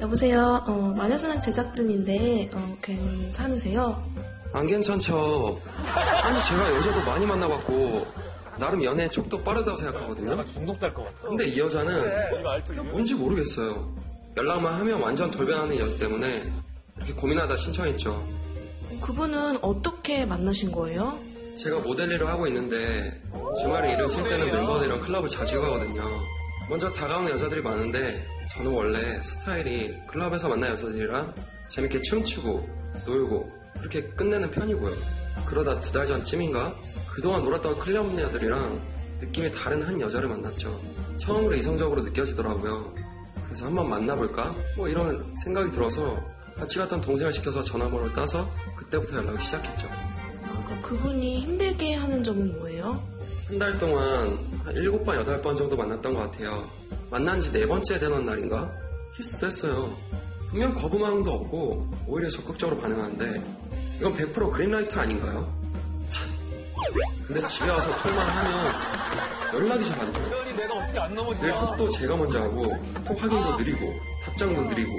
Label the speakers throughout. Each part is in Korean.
Speaker 1: 여보세요. 어, 마녀사냥 제작진인데 어, 괜찮으세요?
Speaker 2: 안 괜찮죠. 아니 제가 여자도 많이 만나봤고 나름 연애 쪽도 빠르다고 생각하거든요.
Speaker 3: 중독될 것 네. 같아.
Speaker 2: 근데 이 여자는 뭔지 모르겠어요. 연락만 하면 완전 돌변하는 여자 때문에 이렇게 고민하다 신청했죠.
Speaker 1: 그분은 어떻게 만나신 거예요?
Speaker 2: 제가 모델 일을 하고 있는데 주말에 일을 쉴 때는 멤버들이랑 클럽을 자주 가거든요. 먼저 다가오는 여자들이 많은데 저는 원래 스타일이 클럽에서 만난 여자들이랑 재밌게 춤추고 놀고 그렇게 끝내는 편이고요. 그러다 두 달 전쯤인가 그동안 놀았던 클럽녀들이랑 느낌이 다른 한 여자를 만났죠. 처음으로 이성적으로 느껴지더라고요. 그래서 한번 만나볼까? 뭐 이런 생각이 들어서 같이 갔던 동생을 시켜서 전화번호를 따서 그때부터 연락을 시작했죠.
Speaker 1: 아, 그- 그분이 힘들게 하는 점은 뭐예요?
Speaker 2: 한 달 동안 한 일곱 번 여덟 번 정도 만났던 것 같아요. 만난 지 네 번째 되는 날인가? 키스도 했어요. 분명 거부망도 없고 오히려 적극적으로 반응하는데 이건 100% 그린라이트 아닌가요? 참. 근데 집에 와서 톡만 하면 연락이 잘 안 돼요.
Speaker 3: 이 내가 어떻게 안 넘어지냐?
Speaker 2: 늘 톡도 제가 먼저 하고 톡 확인도 느리고 답장도 느리고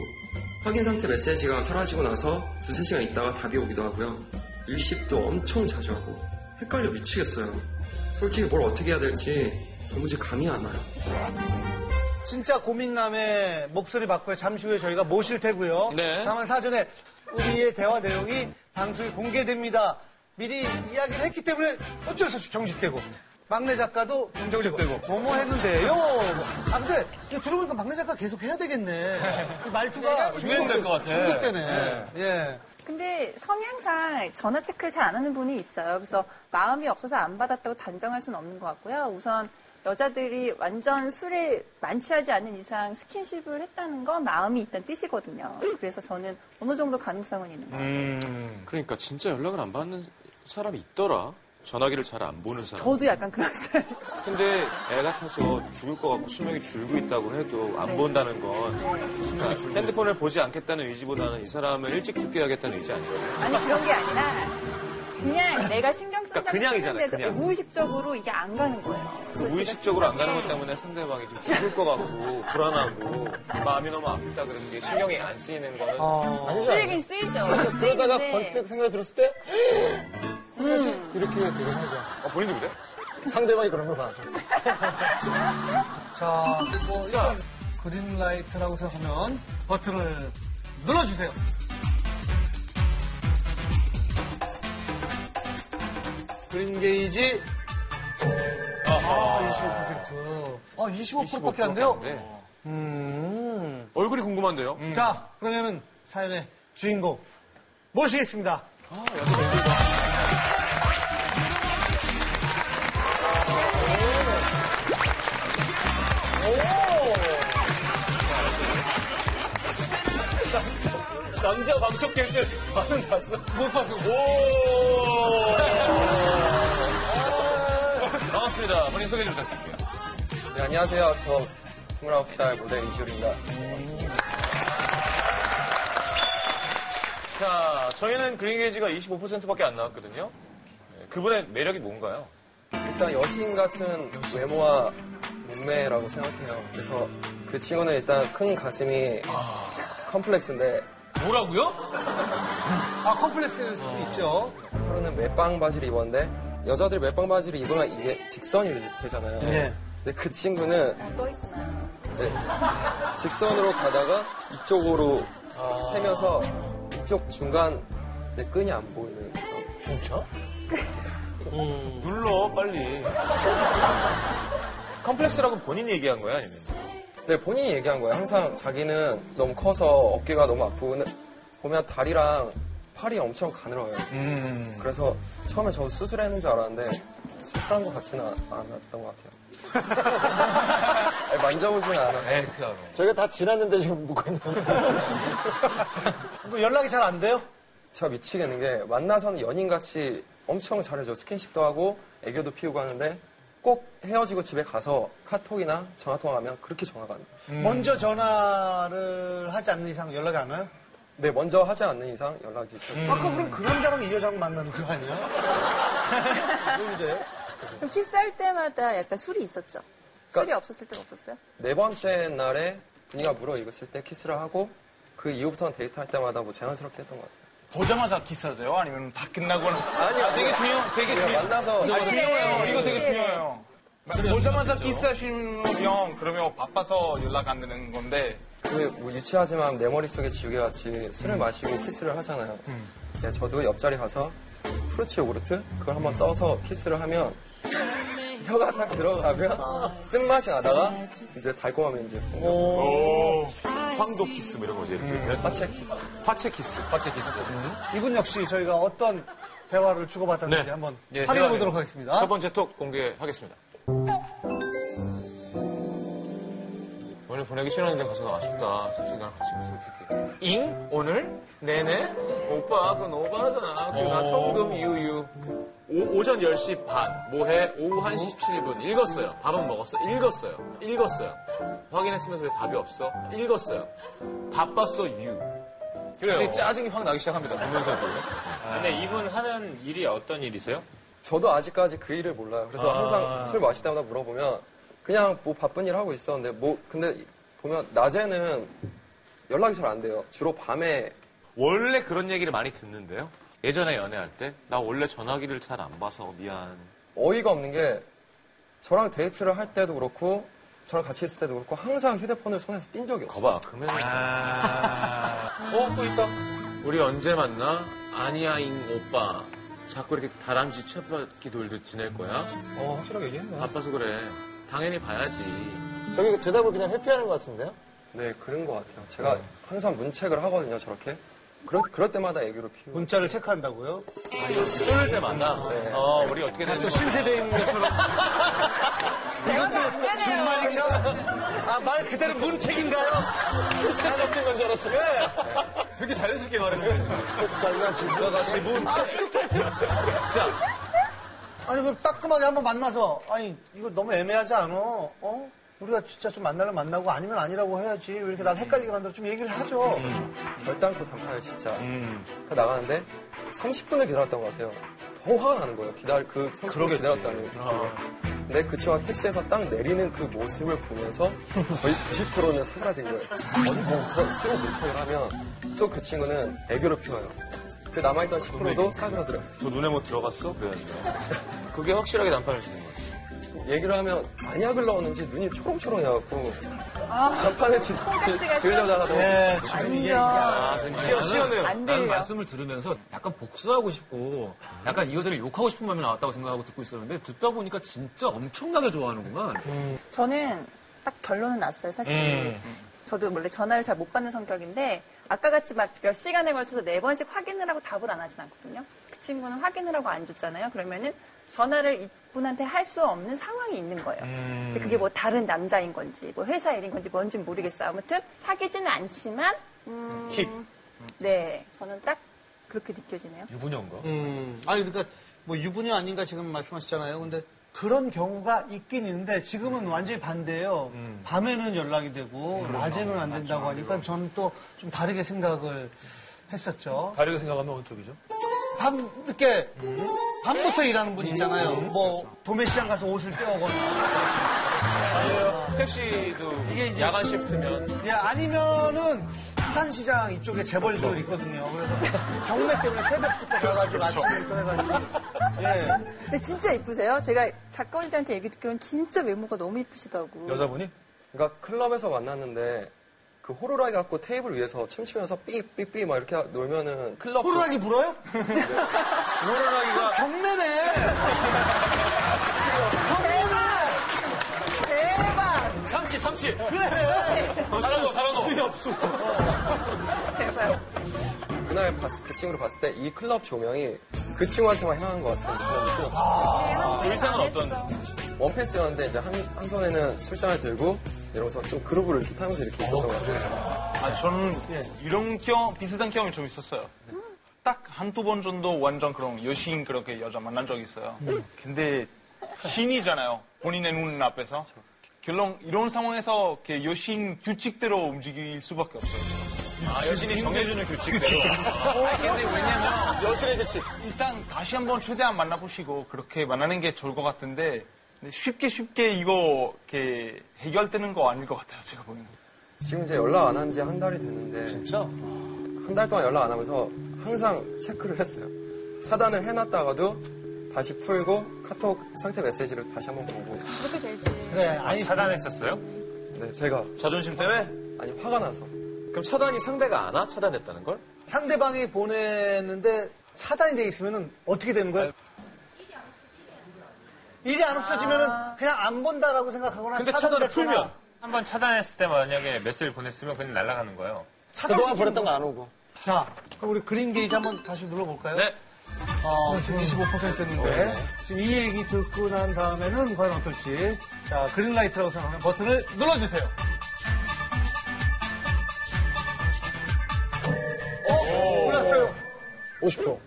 Speaker 2: 확인 상태 메시지가 사라지고 나서 두세 시간 있다가 답이 오기도 하고요 일십도 엄청 자주 하고 헷갈려 미치겠어요 솔직히 뭘 어떻게 해야 될지 도무지 감이 안 와요
Speaker 4: 진짜 고민남의 목소리 받고요. 잠시 후에 저희가 모실 테고요.
Speaker 3: 네.
Speaker 4: 다만 사전에 우리의 대화 내용이 방송에 공개됩니다. 미리 이야기를 했기 때문에 어쩔 수 없이 경직되고. 막내 작가도 경직되고. 뭐뭐 했는데요. 아, 근데 이거 들어보니까 막내 작가 계속 해야 되겠네. 이 말투가
Speaker 3: 중독될 것 같아.
Speaker 4: 중독되네. 예.
Speaker 5: 근데 성향상 전화 체크를 잘 안 하는 분이 있어요. 그래서 마음이 없어서 안 받았다고 단정할 수는 없는 것 같고요. 우선 여자들이 완전 술에 만취하지 않는 이상 스킨십을 했다는 건 마음이 있단 뜻이거든요. 그래서 저는 어느 정도 가능성은 있는 것
Speaker 6: 음.
Speaker 5: 같아요.
Speaker 6: 그러니까 진짜 연락을 안 받는 사람이 있더라. 전화기를 잘 안 보는 사람.
Speaker 5: 저도 약간 그런 스타일.
Speaker 6: 근데 애 같아서 죽을 것 같고 수명이 줄고 있다고 해도 안 본다는 건 그러니까 핸드폰을 보지 않겠다는 의지보다는 이 사람을 일찍 죽게 하겠다는 의지 아니에요?
Speaker 5: 아니 그런 게 아니라 그냥 내가 신경 쓴다고
Speaker 6: 그러니까 그냥이잖아요,
Speaker 5: 했는데도
Speaker 6: 그냥.
Speaker 5: 무의식적으로 이게 안 가는 거예요.
Speaker 6: 그 무의식적으로 안 가는 것 때문에 상대방이 좀 죽을 것 같고 불안하고 마음이 너무 아프다 그런 게 신경이 안 쓰이는 거는 어,
Speaker 5: 쓰이긴 쓰이죠.
Speaker 6: 그러니까
Speaker 3: 그러다가
Speaker 5: 쓰이는데
Speaker 3: 번뜩 생각이 들었을 때
Speaker 4: 음.
Speaker 6: 아, 본인도 그래?
Speaker 3: 상대방이 그런 걸 봐서.
Speaker 4: 자, 뭐, 일단 그린라이트라고 생각하면 버튼을 눌러주세요. 그린게이지. 아, 25%. 아, 25%밖에 안 돼요?
Speaker 6: 네.
Speaker 4: 음.
Speaker 6: 얼굴이 궁금한데요?
Speaker 4: 자, 그러면은 사연의 주인공 모시겠습니다.
Speaker 3: 남자 방석 깰때 반응 봤어?
Speaker 4: 못 봤어.
Speaker 6: 아. 반갑습니다. 본인 소개 좀 부탁드릴게요.
Speaker 2: 네, 안녕하세요 저 29살 모델 이지율입니다
Speaker 6: 자, 저희는 그린게이지가 25%밖에 안 나왔거든요. 네, 그분의 매력이 뭔가요?
Speaker 2: 일단 여신 같은 외모와 몸매라고 생각해요 그래서 그 친구는 일단 큰 가슴이 컴플렉스인데
Speaker 3: 뭐라고요?
Speaker 4: 아, 컴플렉스일 수 있죠.
Speaker 2: 하루는 멜빵 바지를 입었는데 여자들 멜빵 바지를 입으면 이게 직선이 되잖아요.
Speaker 4: 예.
Speaker 2: 근데 그 친구는
Speaker 5: 떠 있구나.
Speaker 2: 네, 직선으로 가다가 이쪽으로 세면서 이쪽 중간 내 끈이 안 보이는 그런
Speaker 6: 눌러, 빨리. 컴플렉스라고 본인이 얘기한 거야, 아니면?
Speaker 2: 네, 본인이 얘기한 거예요. 항상 자기는 너무 커서 어깨가 너무 아프고 근데 보면 다리랑 팔이 엄청 가늘어요. 그래서 처음에 저 수술했는 줄 알았는데 수술한 것 같지는 않- 않았던 것 같아요. 아니, 만져보지는 않아요.
Speaker 3: 에이, 그다음에.
Speaker 7: 저희가 다 지났는데 지금 묻고 있는
Speaker 4: 뭐 연락이 잘 안 돼요?
Speaker 2: 제가 미치겠는 게 만나서는 연인같이 엄청 잘해줘. 스킨십도 하고 애교도 피우고 하는데 꼭 헤어지고 집에 가서 카톡이나 전화통화하면 그렇게 전화가 안 돼.
Speaker 4: 먼저 전화를 하지 않는 이상 연락이 안 와요?
Speaker 2: 네, 먼저 하지 않는 이상 연락이 좀
Speaker 4: 아까 그럼 그 남자랑 이 여자랑 만나는 거 아니야? 왜 이래?
Speaker 5: 그 키스할 때마다 약간 술이 있었죠.
Speaker 4: 그러니까
Speaker 5: 술이 없었을 때가 없었어요?
Speaker 2: 네 번째 날에 분위기가 무르익었을 때 키스를 하고 그 이후부터는 데이트할 때마다 뭐 자연스럽게 했던 것 같아요.
Speaker 3: 보자마자 키스하세요? 아니면 다 끝나거나?
Speaker 2: 아니야,
Speaker 3: 되게 중요, 되게
Speaker 2: 그냥
Speaker 3: 중요.
Speaker 2: 만나서
Speaker 3: 아니, 중요해요. 이거 되게
Speaker 5: 네.
Speaker 3: 중요해요. 보자마자 키스하시면 그러면 바빠서 연락 안 되는 건데
Speaker 2: 그 뭐 유치하지만 내 머릿속에 지우개 같이 술을 마시고 키스를 하잖아요. 네, 저도 옆자리 가서 프루치 요구르트 그걸 한번 떠서 키스를 하면 혀가 딱 들어가면 쓴맛이 나다가 이제 달콤하면 이제
Speaker 6: 황도 키스 뭐 이런 거지 이렇게.
Speaker 2: 화채 키스.
Speaker 6: 화채 키스. 화채 키스.
Speaker 4: 이분 역시 저희가 어떤 대화를 주고받았는지
Speaker 6: 네.
Speaker 4: 한번
Speaker 6: 예,
Speaker 4: 확인해
Speaker 6: 대화를.
Speaker 4: 보도록 하겠습니다.
Speaker 6: 첫 번째 톡 공개하겠습니다. 오늘 보내기 싫었는데 가서 너 아쉽다. 솔직히 난 같이 갔으면 좋겠다. 잉? 오늘? 네네? 오빠, 그건 오바하잖아.
Speaker 4: 어.
Speaker 6: 그나 청금 이유유. 오, 전 10시 반, 뭐해? 오후 1시 17분. 읽었어요. 밥은 먹었어? 읽었어요. 읽었어요. 확인했으면서 왜 답이 없어? 읽었어요. 바빴어, 유. 그래요. 짜증이 확 나기 시작합니다. 보면서도.
Speaker 8: 근데 이분 하는 일이 어떤 일이세요?
Speaker 2: 저도 아직까지 그 일을 몰라요. 그래서 항상 술 마실 때마다 물어보면 그냥 뭐 바쁜 일 하고 있었는데 뭐 근데 보면 낮에는 연락이 잘 안 돼요. 주로 밤에
Speaker 6: 원래 그런 얘기를 많이 듣는데요. 예전에 연애할 때 나 원래 전화기를 잘 안 봐서 미안.
Speaker 2: 어이가 없는 게 저랑 데이트를 할 때도 그렇고 저랑 같이 있을 때도 그렇고 항상 휴대폰을 손에서 띈 적이 없어요.
Speaker 6: 거봐 그러면
Speaker 9: 아.
Speaker 6: 어? 또 있다. 우리 언제 만나? 아니야 잉 오빠. 자꾸 이렇게 다람쥐 쳇바퀴 돌듯 지낼 거야?
Speaker 3: 어, 확실하게 얘기했네.
Speaker 6: 바빠서 그래. 당연히 봐야지.
Speaker 7: 저기 대답을 그냥 회피하는 것 같은데요?
Speaker 2: 네, 그런 것 같아요. 제가 항상 문책을 하거든요, 저렇게. 그럴, 그럴 때마다 애교를 피우고.
Speaker 4: 문자를 체크한다고요?
Speaker 6: 쏠 때마다 어 우리 어떻게
Speaker 4: 아, 또
Speaker 6: 되는지
Speaker 4: 신세대인 것처럼. 이것도 준말인가? 아, 말 그대로 문책인가요? 네.
Speaker 7: 사각진 건줄 알았어요.
Speaker 3: 네.
Speaker 8: 되게 자연스럽게 말했는데.
Speaker 6: 다 같이 문자. 자,
Speaker 4: 아니, 그럼 따끔하게 한번 만나서, 아니, 이거 너무 애매하지 않아? 어? 우리가 진짜 좀 만나면 만나고 아니면 아니라고 해야지. 왜 이렇게 날 헷갈리게 만들어? 좀 얘기를 하죠.
Speaker 6: 음.
Speaker 2: 결단코 단판을 진짜. 그 나가는데 30분을 기다렸던 것 같아요. 더 화가 나는 거예요. 기다릴 그 30분 을 기다렸다는 게. 근데 그 친구가 택시에서 딱 내리는 그 모습을 보면서 거의 90%는 사그라든 거예요. 어디 뭐 쓰고 문책을 하면 또 그 친구는 애교를 피워요. 그 남아있던 10%도 사그라들어요.
Speaker 6: 저 눈에 뭐 들어갔어? 그래가지고. 그게 확실하게 난판을 치는 거야.
Speaker 2: 얘기를 하면 만약을 넣었는지 눈이 초롱초롱해갖고 간판을 지,
Speaker 5: 콩깍지가
Speaker 2: 지, 지으려다가도
Speaker 4: 네, 지금 이게.
Speaker 6: 아, 시원, 시원해요.
Speaker 5: 안
Speaker 9: 나는
Speaker 5: 들려.
Speaker 9: 말씀을 들으면서 약간 복수하고 싶고 약간 이 여자를 욕하고 싶은 마음이 나왔다고 생각하고 듣고 있었는데 듣다 보니까 진짜 엄청나게 좋아하는구만.
Speaker 5: 저는 딱 결론은 났어요, 사실.
Speaker 4: 음.
Speaker 8: 음.
Speaker 5: 저도 원래 전화를 잘 못 받는 성격인데 아까 같이 막 몇 시간에 걸쳐서 네 번씩 확인을 하고 답을 안 하진 않거든요. 그 친구는 확인을 하고 안 줬잖아요. 그러면은 전화를 이분한테 할 수 없는 상황이 있는 거예요. 근데 그게
Speaker 4: 음.
Speaker 5: 뭐 다른 남자인 건지 뭐 회사 일인 건지 뭔지 모르겠어요. 아무튼 사귀지는 않지만 음, 네, 저는 딱 그렇게 느껴지네요.
Speaker 9: 유부녀인가?
Speaker 4: 음, 아니 그러니까 뭐 유부녀 아닌가 지금 말씀하셨잖아요. 근데 그런 경우가 있긴 있는데 지금은 완전히 반대예요. 밤에는 연락이 되고 낮에는 안 된다고 하니까 저는 또 좀 다르게 생각을 했었죠.
Speaker 9: 다르게 생각하면 어느 쪽이죠?
Speaker 4: 밤 늦게 밤부터 일하는 분 있잖아요. 뭐 도매시장 가서 옷을 떼오거나
Speaker 6: 택시도
Speaker 4: 이게 이제-
Speaker 6: 야간 시프트면
Speaker 4: 예, 아니면은 부산시장 이쪽에 재벌들 있거든요. 그래서 경매 때문에 새벽부터 가가지고 아침부터 해가지고 예.
Speaker 5: 근데 진짜 이쁘세요? 제가 작가분들한테 얘기 듣기로는 진짜 외모가 너무 이쁘시다고.
Speaker 9: 여자분이?
Speaker 2: 그러니까 클럽에서 만났는데 그 호루라기 갖고 테이블 위에서 춤추면서 삐삐삐 막 이렇게 놀면은 클럽
Speaker 4: 호루라기 불어요? 호루라기가 경매네.
Speaker 5: 대박!
Speaker 9: 참치, 참치.
Speaker 6: 사랑도 사랑도
Speaker 5: 대박.
Speaker 2: 그날 봤을, 그 친구를 봤을 때 이 클럽 조명이 그 친구한테만 향한 것 같은 친구였고
Speaker 6: 의상은 어떤?
Speaker 2: 원피스였는데 이제 한, 한 손에는 술잔을 들고 이러면서 좀 그루브를 이렇게 타면서 이렇게 있었던 것 같아요.
Speaker 3: 아, 저는 이런 경, 비슷한 경험이 좀 있었어요. 딱 한두 번 정도 완전 그런 여신 그렇게 여자 만난 적이 있어요. 근데 신이잖아요. 본인의 눈앞에서. 결론, 이런 상황에서 이렇게 여신 규칙대로 움직일 수밖에 없어요.
Speaker 6: 아, 여신이 정해주는 규칙대로.
Speaker 3: 아, 근데 왜냐면. 여신의 규칙. 일단 다시 한번 최대한 만나보시고 그렇게 만나는 게 좋을 것 같은데 근데 쉽게 쉽게 이거 이렇게 해결되는 거 아닐 것 같아요. 제가 보기에는.
Speaker 2: 지금 이제 연락 안 한 지 한 달이 됐는데 진짜? 한 달 동안 연락 안 하면서 항상 체크를 했어요. 차단을 해놨다가도 다시 풀고 카톡 상태 메시지를 다시 한번 보고
Speaker 5: 그렇게 되지.
Speaker 4: 그래, 네, 아니,
Speaker 8: 차단했었어요?
Speaker 2: 네 제가
Speaker 3: 자존심 때문에?
Speaker 2: 아니 화가 나서
Speaker 6: 그럼 차단이 상대가 안 와? 차단했다는 걸?
Speaker 4: 상대방이 보냈는데 차단이 돼 있으면은 어떻게 되는 거야? 일이 안 없어지면은 그냥 안 본다라고 생각하거나
Speaker 6: 근데
Speaker 4: 차단됐거나
Speaker 6: 그러니까 차단을 풀면?
Speaker 8: 한 번 차단했을 때 만약에 메시지를 보냈으면 그냥 날아가는 거예요.
Speaker 4: 차단시키는
Speaker 7: 보냈던
Speaker 4: 거야.
Speaker 7: 거 안 오고.
Speaker 4: 자, 그럼 우리 그린 게이지 한번 다시 눌러볼까요?
Speaker 6: 네.
Speaker 4: 어, 지금 25%였는데
Speaker 7: 네.
Speaker 4: 지금 이 얘기 듣고 난 다음에는 과연 어떨지 자 그린라이트라고 생각하면 버튼을 눌러주세요 어? 올랐어요
Speaker 7: 50%.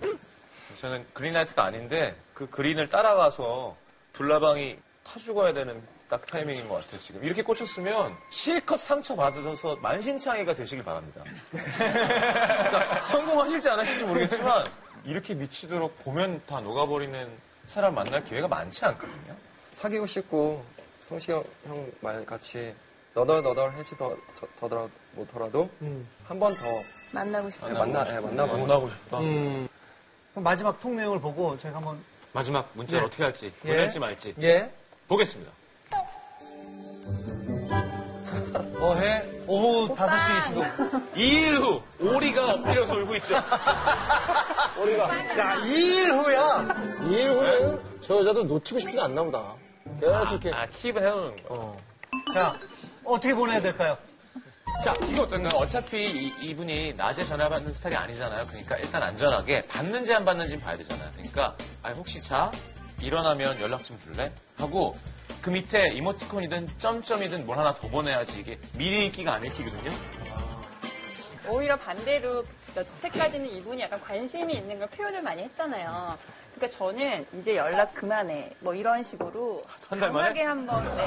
Speaker 6: 저는 그린라이트가 아닌데 그 그린을 따라가서 불나방이 타 죽어야 되는 딱 타이밍인 것 같아요 지금 이렇게 꽂혔으면 실컷 상처 받으셔서 만신창이가 되시길 바랍니다 그러니까 성공하실지 안 하실지 모르겠지만 이렇게 미치도록 보면 다 녹아버리는 사람 만날 기회가 많지 않거든요
Speaker 2: 사귀고 싶고 성시 형 말 같이 너덜너덜해지더라도 더더라도 한 번 더
Speaker 5: 만나고 싶다.
Speaker 2: 만나 네, 만나보고
Speaker 9: 만나고 싶다.
Speaker 4: 그럼 마지막 통 내용을 보고 저희가 한번
Speaker 6: 마지막 문자를 어떻게 할지
Speaker 4: 예.
Speaker 6: 보낼지 말지
Speaker 4: 예
Speaker 6: 보겠습니다
Speaker 4: 뭐 어해 오후
Speaker 5: 오빠.
Speaker 4: 5시 20분
Speaker 6: 2일 후 오리가 엎드려서 울고 있죠
Speaker 4: 야 아, 2일 후야
Speaker 7: 2일 후면은 저 여자도 놓치고 싶지는 않나 보다. 계속 이렇게.
Speaker 6: 아 킵은 해놓는 거예요
Speaker 4: 자 어떻게 보내야 될까요?
Speaker 6: 자, 이거 어떤가요? 어차피 이, 분이 낮에 전화 받는 스타일이 아니잖아요. 그러니까 일단 안전하게 받는지 안 받는지 봐야 되잖아요. 그러니까 아, 혹시 자 일어나면 연락 좀 줄래? 하고 그 밑에 이모티콘이든 점점이든 뭘 하나 더 보내야지 이게 미리 읽기가 안 읽히거든요. 아.
Speaker 5: 오히려 반대로 여태까지는 이분이 약간 관심이 있는 걸 표현을 많이 했잖아요. 그러니까 저는 이제 연락 그만해. 뭐 이런 식으로
Speaker 6: 한달 만에?
Speaker 5: 강하게 한번 네.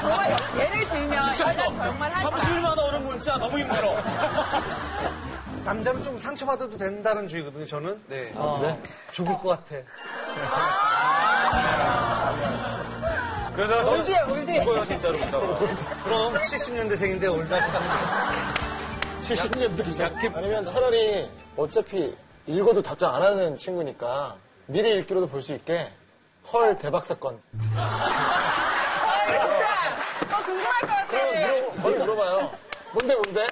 Speaker 5: 정말 예를 들면 연락 정말 하지 마.
Speaker 6: 30만 오는 문자 너무 힘들어.
Speaker 4: 남자는 좀 상처받아도 된다는 주의거든요 저는
Speaker 2: 네.
Speaker 6: 아,
Speaker 4: 어, 죽을 것 같아
Speaker 6: 그래서
Speaker 4: 올드야 올드
Speaker 6: 이거요 진짜로 문자로.
Speaker 4: 그럼 70년대생인데 올다 싶은
Speaker 7: 70년대. 아니면 차라리 어차피 읽어도 답장 안 하는 친구니까 미리 읽기로도 볼 수 있게 헐 대박 사건.
Speaker 5: 아, 진짜. 어, 궁금할 것 같아.
Speaker 7: 물어, 거의 물어봐요. 뭔데 뭔데?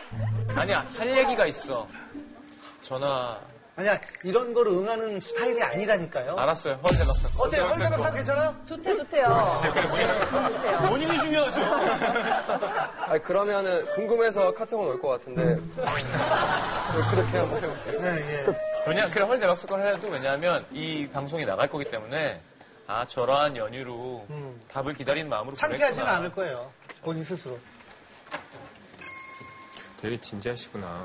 Speaker 6: 아니야 할 얘기가 있어. 전화
Speaker 4: 아니야 이런 걸 응하는 스타일이 아니라니까요.
Speaker 6: 알았어요. 허세 박사.
Speaker 4: 어때요?
Speaker 6: 그러니까.
Speaker 4: 헐대박상 괜찮아요?
Speaker 5: 좋대, 좋대요. 좋대요.
Speaker 6: 본인이 중요하죠.
Speaker 2: 아니 그러면은 궁금해서 카톡은 올 것 같은데 왜 그렇게 하고
Speaker 4: 네, 예.
Speaker 6: 왜냐, 그래, 헐 대박 사건 해도 왜냐하면 이 방송이 나갈 거기 때문에 아, 저러한 연유로 답을 기다리는 마음으로
Speaker 4: 창피하지는
Speaker 6: 보냈구나.
Speaker 4: 않을 거예요. 본인 스스로.
Speaker 8: 되게 진지하시구나.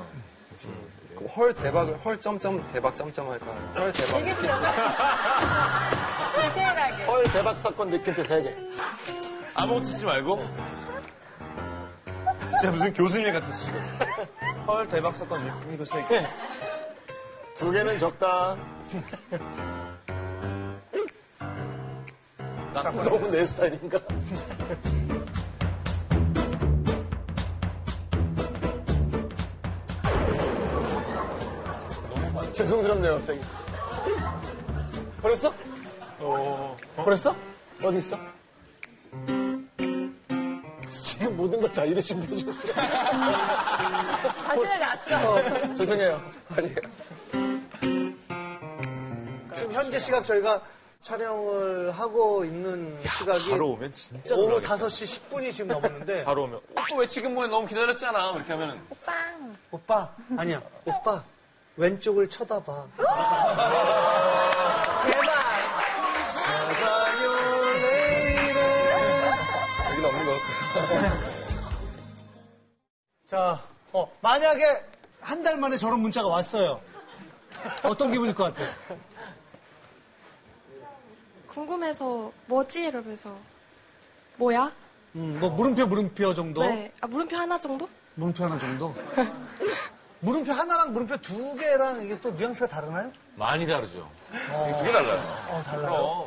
Speaker 2: 헐 대박을 헐 점점 대박 점점 할까요? 헐 대박
Speaker 5: 되게 귀엽다. 디테일하게.
Speaker 7: 헐 대박 사건 느낄 때 세 개.
Speaker 6: 아무것도 쓰지 말고. 진짜 무슨 교수님 같았어, 지금. 헐 대박 사건 느끼고 서 있고.
Speaker 7: 네. 두 개는 적다. 너무 내 스타일인가? 죄송스럽네요, 갑자기. 버렸어? 버렸어? 어디 있어? 지금 모든 걸 다 이래 준비해줘.
Speaker 5: 자신을 낳았어.
Speaker 7: 죄송해요.
Speaker 2: 아니에요.
Speaker 4: 지금 현재 시각 저희가 촬영을 하고 있는 시각이
Speaker 6: 바로 오면 진짜
Speaker 4: 오후
Speaker 6: 놀라겠다.
Speaker 4: 5시 10분이 지금 넘었는데
Speaker 6: 바로 오면. 오빠 왜 지금 뭐해? 너무 기다렸잖아. 이렇게 하면은.
Speaker 5: 빵.
Speaker 4: 오빠 아니야 오빠 왼쪽을 쳐다봐.
Speaker 5: 대박.
Speaker 2: 여기는 없는 것 같아요.
Speaker 4: 자, 어, 만약에 한 달 만에 저런 문자가 왔어요. 어떤 기분일 것 같아요?
Speaker 10: 궁금해서 뭐지? 이러면서 뭐야?
Speaker 4: 음, 뭐 물음표 물음표 정도?
Speaker 10: 네. 아, 물음표 하나 정도?
Speaker 4: 물음표 하나 정도? 물음표 하나랑 물음표 두 개랑 이게 또 뉘앙스가 다르나요?
Speaker 6: 많이 다르죠. 이게 되게 달라요.
Speaker 4: 어, 달라요.
Speaker 6: 그럼.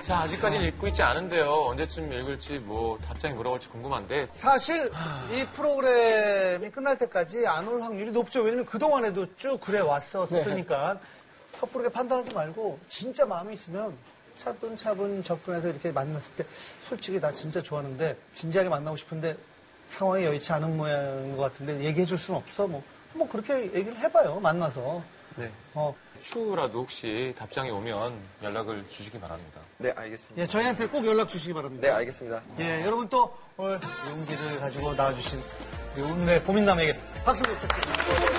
Speaker 6: 자, 아직까지는 읽고 있지 않은데요. 언제쯤 읽을지 뭐 답장이 뭐라고 할지 궁금한데
Speaker 4: 사실 이 프로그램이 끝날 때까지 안 올 확률이 높죠. 왜냐면 그동안에도 쭉 그래 왔었으니까 섣부르게 판단하지 말고 진짜 마음이 있으면 차분차분 접근해서 이렇게 만났을 때 솔직히 나 진짜 좋아하는데 진지하게 만나고 싶은데 상황이 여의치 않은 모양인 것 같은데 얘기해 줄 수는 없어. 뭐 한번 그렇게 얘기를 해봐요. 만나서.
Speaker 2: 네.
Speaker 4: 어,
Speaker 6: 추후라도 혹시 답장이 오면 연락을 주시기 바랍니다.
Speaker 2: 네, 알겠습니다.
Speaker 4: 예, 저희한테 꼭 연락 주시기 바랍니다.
Speaker 2: 네, 알겠습니다.
Speaker 4: 예, 여러분 또 오늘 용기를 가지고 나와주신 우리 오늘의 보민남에게 박수 부탁드립니다.